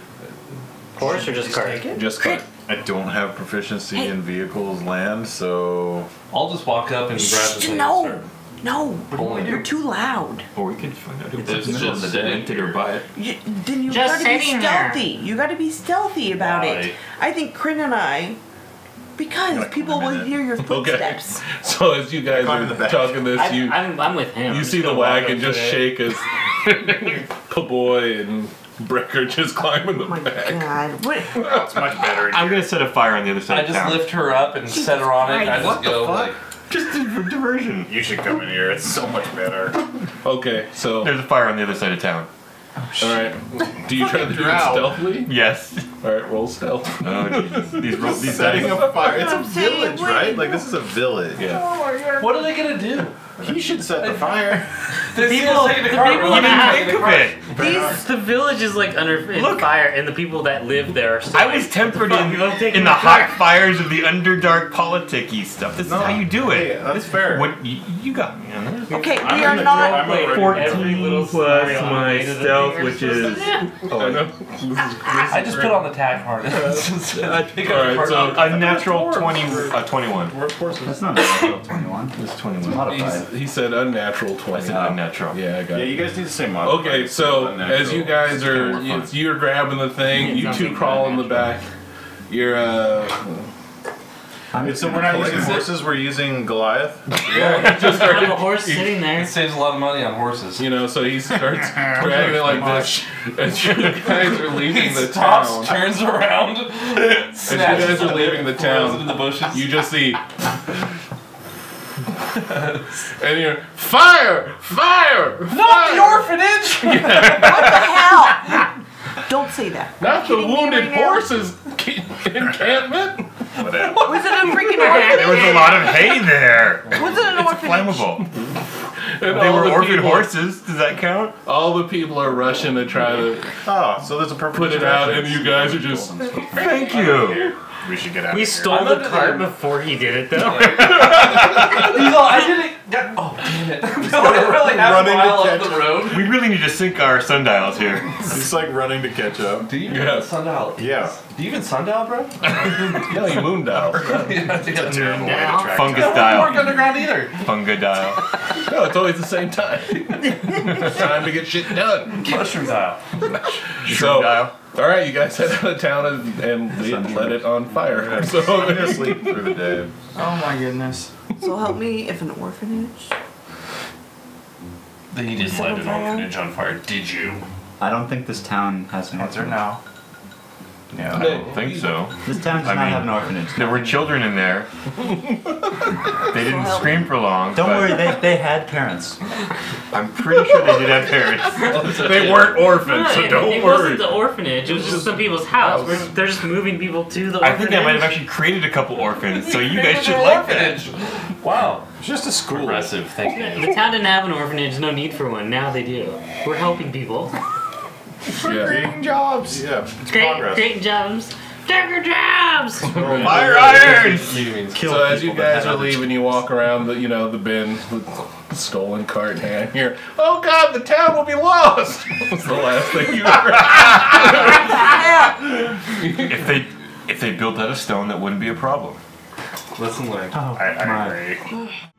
Horse or just cart?
Just cart.
I don't have proficiency in vehicles land, so
I'll just walk up and grab the
Shh,
thing.
no, no,
Pulling
you're too loud.
Or we could find out who
It's
lives in the middle of the
just
day. Take her by it.
You, then you
Just
gotta be
sitting there.
stealthy. You gotta be stealthy about it. I think Kryn and I, because people will hear
*laughs*
your footsteps.
*laughs*
Oh
So as you guys are talking this,
I'm,
you
I'm, I'm with him.
you see the wagon just shake as Paboy and Brecker just climb
Oh
in the back.
*laughs*
God, what?
It's much better.
I'm gonna set a fire on the other side
I
of
just
town.
lift her up and set her on it. And I just go. Like,
Just a diversion.
You should come in here. It's so much
*laughs*
better.
Okay, so
there's a fire on the other side of town.
All
*laughs*
right. Do you try to do it stealthily?
Yes.
All right, roll stealth.
*laughs* Oh, Jesus. These roll these
Setting
dice.
a fire. It's
That's
a
what I'm saying,
village,
wait.
right? Like this is a village.
What are they gonna do?
He should set the fire.
The
people, the people that
think
of These, the village is like under in fire, and the people that live there. Are still
I was tempered in, in the hot fires of the underdark politicky stuff. This is how you do it. that's fair. What you, you got me on that.
Okay, we are not.
Fourteen plus my stealth,
*laughs*
which is
Oh, no.
I just put on the tag
*laughs*
harness. *laughs* I pick up the
Alright,
cart.
so a natural 20, uh, 21.
That's
not a natural 21.
It's 21.
He's- he said unnatural 20.
I said unnatural.
Yeah, I got
Yeah,
it.
you guys need to say modified.
Okay, so
Unnatural.
as you guys are,
It's kinda more
you- you're grabbing the thing, you two crawl in the back. You're, uh.
So we're not using horses. We're using Goliath.
Yeah, just
I have a horse sitting there.
It saves a lot of money on horses.
You know, so
*laughs*
he starts dragging it like this. As you guys are leaving the town.
Stops, turns
*laughs*
around,
As you guys are leaving the town, you just
*laughs*
see. and you're fire, fire,
Not the orphanage!
What the hell?
*laughs*
Don't say that.
not the wounded
right now?
horses ki- *laughs* encampment.
Was it a
*laughs*
freaking
There was a
orphanage?
lot of hay there.
Was it an
It's
orphanage?
flammable.
And
They
all
were
the
orphan
people-
horses. Does that count?
All the people are rushing to try to
Oh, so there's a perfect.
put it out, and you guys are just.
Thank you.
We should get out.
We stole
I'm
the
under
cart
the-
before he did it, though.
He's all, I didn't. Yeah. Oh, damn it. *laughs* We're
*laughs*
like half a
running to
mile up
catch-
the road.
We really need to sync our sundials here.
It's like running to catch up.
Do you even
Yeah.
sundial?
Yeah.
Do you even sundial, *laughs* bro?
No, you moondial.
*laughs*
yeah,
That's a terrible way to
Yeah.
track
Fungus
time.
I don't
dial.
work underground either.
Fungi dial.
No, it's always the same time. *laughs* it's time to get shit done.
*laughs* Mushroom dial.
So, all right, you guys head out of town and, and leave- let it on fire. So,
I'm gonna sleep
*laughs*
through the day.
Oh my goodness.
So help me if an orphanage.
Then you
didn't light an orphanage
on fire, did you?
I don't think this town has an
Answer
orphanage.
no.
Yeah, I don't think so.
This town does
I
not
mean-
have an orphanage.
There were children in there. They didn't scream for long.
Don't
but
worry, they, they had parents.
I'm pretty sure they did have parents.
they weren't orphans,
No,
so
it-
don't
it
worry.
wasn't the orphanage. It was just some people's house. We're, they're just moving people to the
I
orphanage.
think I might have actually created a couple
*laughs*
orphans, so you guys should like that.
that. Wow.
It's just a school.
Impressive, thank
*laughs*
you.
the town didn't have an orphanage. No need for one. Now they do. We're helping people.
Yeah.
Creating jobs. Yeah. It's
Great,
progress.
great jobs. Dagger
*laughs*
jobs.
Fire irons!
So as you guys are leaving, you walk around the you know the bin with stolen cart in hand. Here, oh god, the town will be lost. *laughs* was the last thing you *laughs* heard.
If they if they built out of stone, that wouldn't be a problem.
Listen, like.
I, I agree.